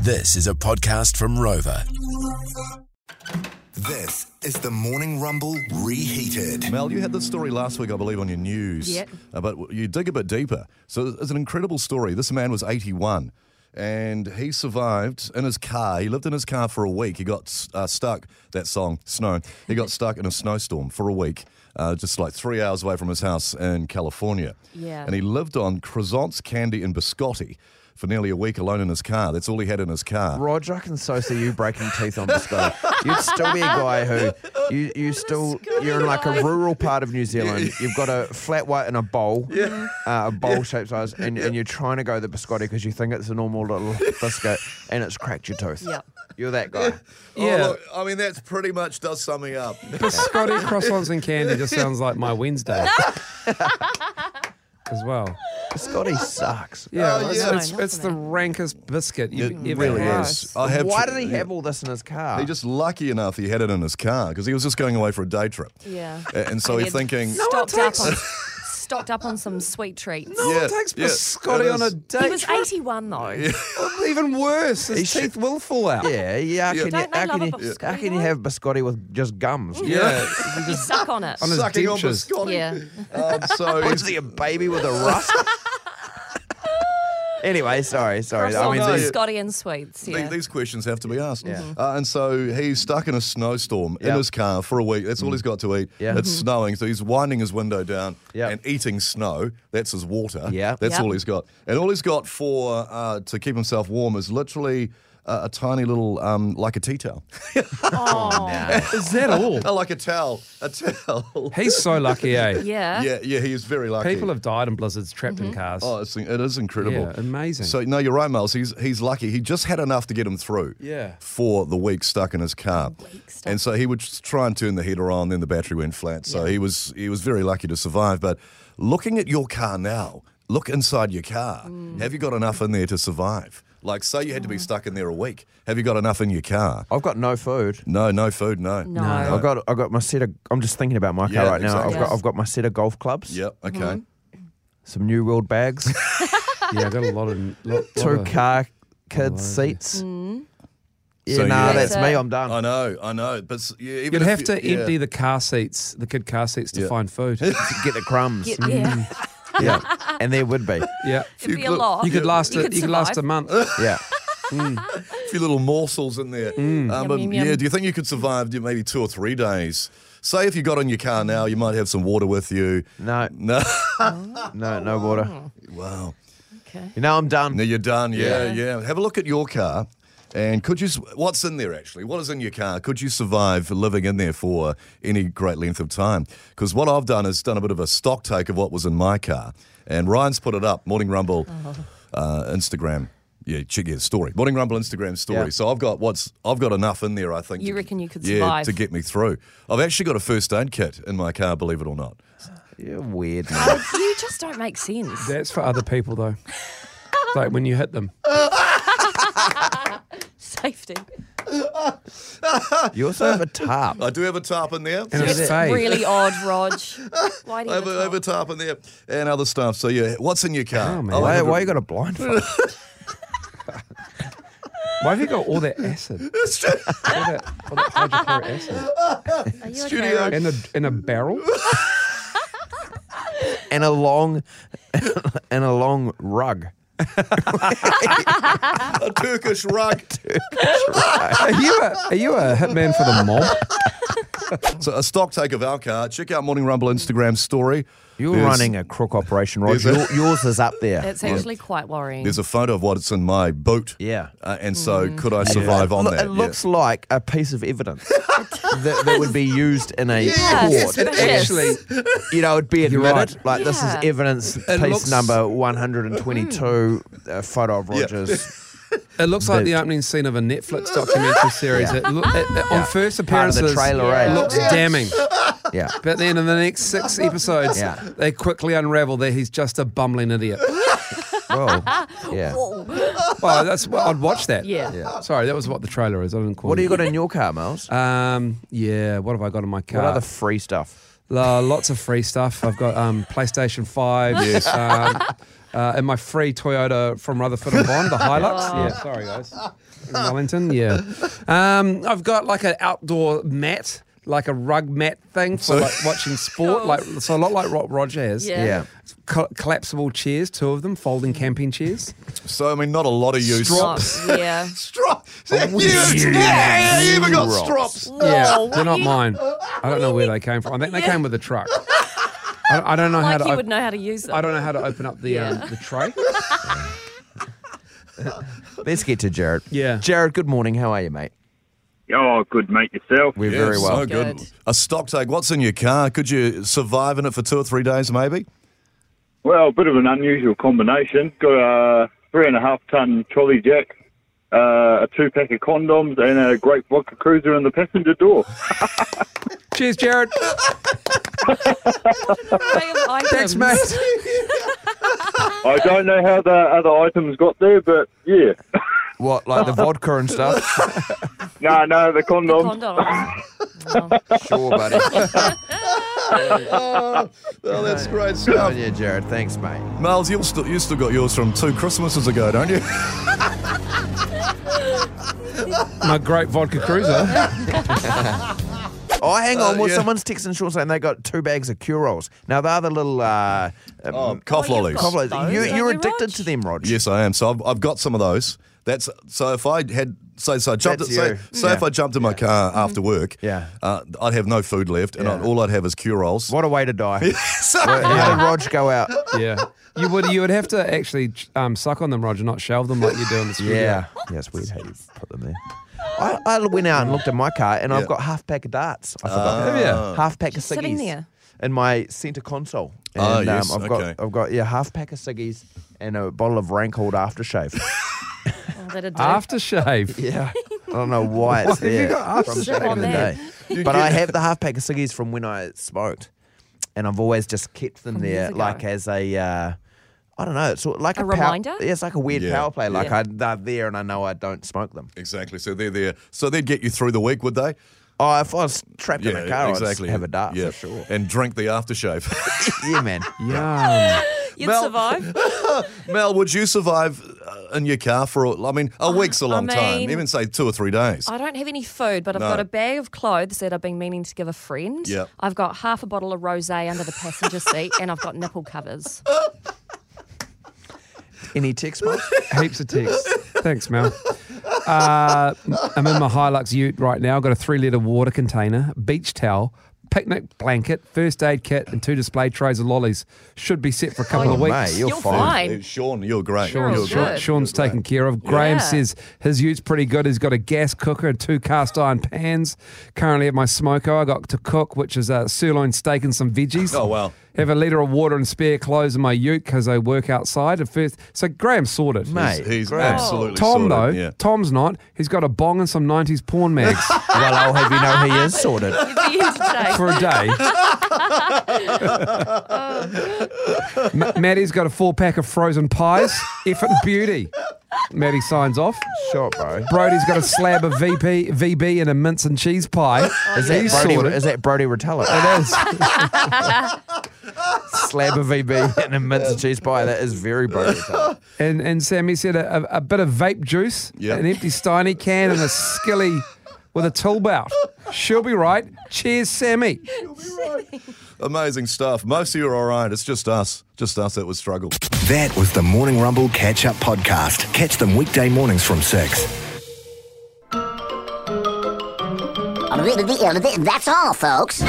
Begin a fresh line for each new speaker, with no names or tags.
This is a podcast from Rover.
This is the Morning Rumble Reheated.
Mel, you had this story last week, I believe, on your news.
Yep.
Uh, But you dig a bit deeper. So it's an incredible story. This man was 81 and he survived in his car. He lived in his car for a week. He got uh, stuck, that song, Snow. He got stuck in a snowstorm for a week, uh, just like three hours away from his house in California.
Yeah.
And he lived on croissants, candy, and biscotti for nearly a week alone in his car. That's all he had in his car.
Roger, I can so see you breaking teeth on this though. You'd still be a guy who you you still you're in like a rural part of New Zealand. You've got a flat white and a bowl, uh, a bowl shaped size, and, and you're trying to go the biscotti because you think it's a normal little biscuit, and it's cracked your tooth.
Yep.
You're that guy.
Oh,
Yeah.
look, I mean, that's pretty much does summing up.
Biscotti, croissants, and candy just sounds like my Wednesday. As well.
Biscotti sucks.
Yeah,
Oh,
it's,
yeah.
it's,
No,
it's the
nothing.
rankest biscuit you've
It
ever
really
had.
is. I have
Why
tr-
did he
yeah.
have all this in his car?
He just lucky enough he had it in his car because he was just going away for a day trip.
Yeah.
A- And Uh, so
And
he's
he had
thinking,
stocked up on stocked up on some sweet treats.
No one
Yeah,
takes
yeah,
Oh, biscotti
it
on
is.
a
He
date.
He was 81 though.
Even worse, his
He should-
teeth will fall out.
yeah, yeah. How can,
Don't
you,
they
how, can
love a
you,
biscotti,
how can you
though?
have biscotti with just gums?
Yeah.
You suck on it.
On his
sucking on
dentures.
biscotti.
Yeah.
Um, so
Was
he's,
he a baby with a rust? anyway, sorry, sorry. I
Croissants,
mean,
no,
these-
yeah.
biscotti and sweets.
the-
Yeah.
these questions have to be asked.
Yeah. Mhm.
Uh, and so he's stuck in a snowstorm in
Yep.
his car for a week. That's all he's got to eat.
Yeah.
It's snowing, so he's winding his window down
Yep.
and eating snow. That's his water.
Yeah.
That's
Yep.
all he's got. And all he's got for uh, to keep himself warm is literally uh, a tiny little, um, like a tea towel.
Is that all?
Uh, like a towel. A towel.
He's so lucky,
yeah.
eh?
Mm-hmm.
Yeah, yeah, he is very lucky.
People have died in blizzards trapped in cars.
Oh, it's, it is incredible.
Yeah, amazing.
So no, you're right, Miles. He's he's lucky. He just had enough to get him through.
Yeah.
For the week stuck in his car,
stuck.
and so he would just try and turn the heater on, then the battery went flat. So he was he was very lucky to survive. But looking at your car now, look inside your car.
Mm.
Have you got enough in there to survive? Like, say you had to be stuck in there a week. Have you got enough in your car?
I've got no food.
No, no food, no.
No.
I've got I've got my set of I'm just thinking about my car
Yeah,
right now.
exactly.
I've got I've got my set of golf clubs,
Yep. Okay.
Mm-hmm.
some new world bags,
Yeah, I got a lot of. Lot, lot
two
of-
car kids seats. Yeah,
So you-
nah,
That's
that's me.
it.
I'm done.
I know, I know, but s- yeah, even
You'd
if
have
you-
to
yeah.
empty the car seats, the kid car seats, to
Yeah.
find food.
Oh.
Get the crumbs.
Yeah. yeah.
yeah. and there would be.
yeah.
It'd be a
look,
lot.
You could last.
You
a,
could
you could last a
survive.
month.
Yeah.
few little morsels in there. Um,
Yum,
but
yum,
yeah,
yum.
do you think you could survive you know, maybe two or three days? Say if you got in your car now, you might have some water with you.
No,
No,
no, no water.
wow.
Okay.
You know I'm done.
No, you're done. Yeah, yeah,
Yeah.
Have a look at your car, and could you? s- What's in there actually? What is in your car? Could you survive living in there for any great length of time? Because what I've done is done a bit of a stock take of what was in my car, and Ryan's put it up. Morning Rumble,
Oh.
uh, Instagram. Yeah, check your story. Morning Rumble Instagram story.
Yeah.
So I've got what's I've got enough in there. I think
You
to-
reckon you could
yeah,
survive?
to get me through. I've actually got a first aid kit in my car. Believe it or not.
You're weird. Man.
Howard, you just don't make sense.
That's for other people though. like when you hit them.
Safety.
You also have a tarp.
I do have a tarp in there.
And it's
It's
fade.
really odd, Rog. Why do you?
Over,
have a
over
top?
top in there and other stuff. So yeah, what's in your car?
Oh, man.
Why,
have a-
why you got a blind? for?
Why have you got all that acid? all that, all that hydrochloric acid.
Are you okay,
studio.
Rog?
In a in a barrel?
and a long, and a long rug.
a Turkish rug.
Are you a are you a hitman for the mob?
so a stock take of our car. Check out Morning Rumble Instagram story.
You're
There's-
running a crook operation, Rog.
there's a-
Your- yours is up there.
It's actually quite worrying.
There's a photo of what's in my boot.
Yeah.
Uh, and so
Mm.
could I survive on
Lo-
that?
It
Yeah.
looks like a piece of evidence that, that would be used in a
yeah,
court.
suspicious.
Actually,
You know, it'd be admitted.
right.
Like this is
Yeah.
evidence piece
looks-
number one hundred and twenty-two.
Mm-hmm.
A photo of Rogers.
it looks like the opening scene of a Netflix documentary series. It loo- it- it- on first
Part of
appearances,
the trailer, eh?
it looks damning.
Yeah.
But then in the next six episodes,
Yeah.
they quickly unravel that he's just a bumbling idiot.
Well, yeah.
Well, that's I'd watch that.
Yeah.
Sorry, that was what the trailer is. I didn't call.
What do you
it.
got in your car, Miles?
Uh,
Um, yeah. What have I got in my car?
what other free stuff?
Uh, lots of free stuff. I've got um, PlayStation Five. Yes. Um, uh, in my free Toyota from Rutherford and Bond, the Hilux. Yeah, sorry guys, in Wellington. Yeah, um, I've got like an outdoor mat, like a rug mat thing for like watching sport, like so a lot like what Roger has.
Yeah.
Yeah.
Co- collapsible chairs, two of them, folding camping chairs.
So I mean, not a lot of use.
Strops, yeah.
Strop. Yeah, you, yeah, you even got strops.
Yeah,
Whoa,
they're not
you-
mine. I don't know where they came from. I think they
Yeah.
came with a truck. I don't, I don't know how
Like
to.
you
op-
would know how to use them.
I don't know how to open up the um, the tray.
Let's get to Jared.
Yeah.
Jared, good morning. How are you, mate?
Oh, good, mate, yourself.
We're
Yeah,
very well.
So good.
Good.
A stock take. What's in your car? Could you survive in it for two or three days, maybe?
Well, a bit of an unusual combination. Got a three and a half ton trolley jack, uh, a two pack of condoms, and a great vodka cruiser in the passenger door.
Cheers, Jared.
Thanks,
mate.
I don't know how the other items got there, but yeah.
What, like the vodka and stuff?
No, no, the condoms.
Sure, buddy.
Oh, that's great
Oh,
stuff.
yeah, Jared. Thanks, mate.
Miles, you still you still got yours from two Christmases ago, don't you?
My great vodka cruiser.
Oh, hang on. well,
Uh, yeah.
someone's texting Sean saying they got two bags of Curals. Now, they are the little. Uh,
Oh, cough
you've
lollies.
got
Cobblers.
those,
You,
don't
you're
you,
addicted
Rog?
to them, Rog.
Yes, I am. So I've, I've got some of those. That's so if I had say so I jumped
That's
say,
you.
say if
Yeah. Mm-hmm.
I jumped in my car after work,
Yeah.
uh, I'd have no food left, and
Yeah.
I'd, all I'd have is Curals.
What a way to die.
So-
How did Rog go out?
yeah, you would you would have to actually um, suck on them, Roger, not shelve them like you do in the studio.
Yeah. Yeah, it's weird how you put them there. I, I went out and looked at my car and
Yeah.
I've got half pack of darts. I forgot.
Oh. Yeah.
Half pack of ciggies.
sitting there.
In my centre console. And, um,
Oh, yes,
I've
okay.
got I've got yeah, half pack of ciggies and a bottle of rankled aftershave.
Aftershave.
yeah. I don't know why it's
Why have you
there
got
from
aftershave
back in
on
the
there?
day. But I have the half pack of ciggies from when I smoked. And I've always just kept them
From years
there
ago.
like as a uh, I don't know. It's sort of like
A
a, pow-
reminder?
yeah, it's like a weird
Yeah.
power play. Like
Yeah.
I, they're there, and I know I don't smoke them.
exactly. So they're there. So they'd get you through the week, would they?
Oh, if I was trapped in a car, I'd have a dart
Yeah.
for sure.
And drink the aftershave.
yeah, man.
Yum.
You'd
Mel-
survive.
Mel, would you survive uh, in your car for? a- I mean, a week's a long time.
mean-
Even say two or three days.
I don't have any food, but I've
No.
got a bag of clothes that I've been meaning to give a friend.
Yep.
I've got half a bottle of rosé under the passenger seat, and I've got nipple covers.
Any text, mate?
Heaps of text. Thanks, Mel. Uh, I'm in my Hilux Ute right now. I've got a three-liter water container, beach towel, picnic blanket, first aid kit, and two display trays of lollies. Should be set for a couple
Oh,
of weeks.
mate, you're
You're fine.
Hey, Sean, you're great.
Sean,
you're
Sean's,
Sean-
great.
Sean's taken care of. Graham
Yeah.
says his ute's pretty good. He's got a gas cooker and two cast iron pans. Currently at my smoker, I got to cook, which is a sirloin steak and some veggies.
Oh, wow.
Have a litre of water and spare clothes in my ute because I work outside. At first, so Graham's sorted.
Mate,
He's
great.
absolutely
Tom
sorted,
though,
Yeah.
Tom's not. He's got a bong and some '90s porn mags
well, I'll have you know he is sorted.
You'd be in today.
for a day. Ma- Maddie's got a four pack of frozen pies. Effing beauty. Maddie signs off.
Shot, bro.
Brody's got a slab of VP, VB and a mince and cheese pie.
Is that,
He's
Oh, Brody,
sorted.
is that Brody Rotella? It is. Slab of VB and a mince and cheese pie. That is very Brody Rotella.
And and Sammy said a, a, a bit of vape juice,
Yep.
an empty Steiny can, and a skilly with a tool belt. She'll be right. Cheers, Sammy.
Amazing stuff. Most of you are all right. It's just us. Just us that would struggle.
That was the Morning Rumble Catch Up Podcast. Catch them weekday mornings from 6.
That's all, folks.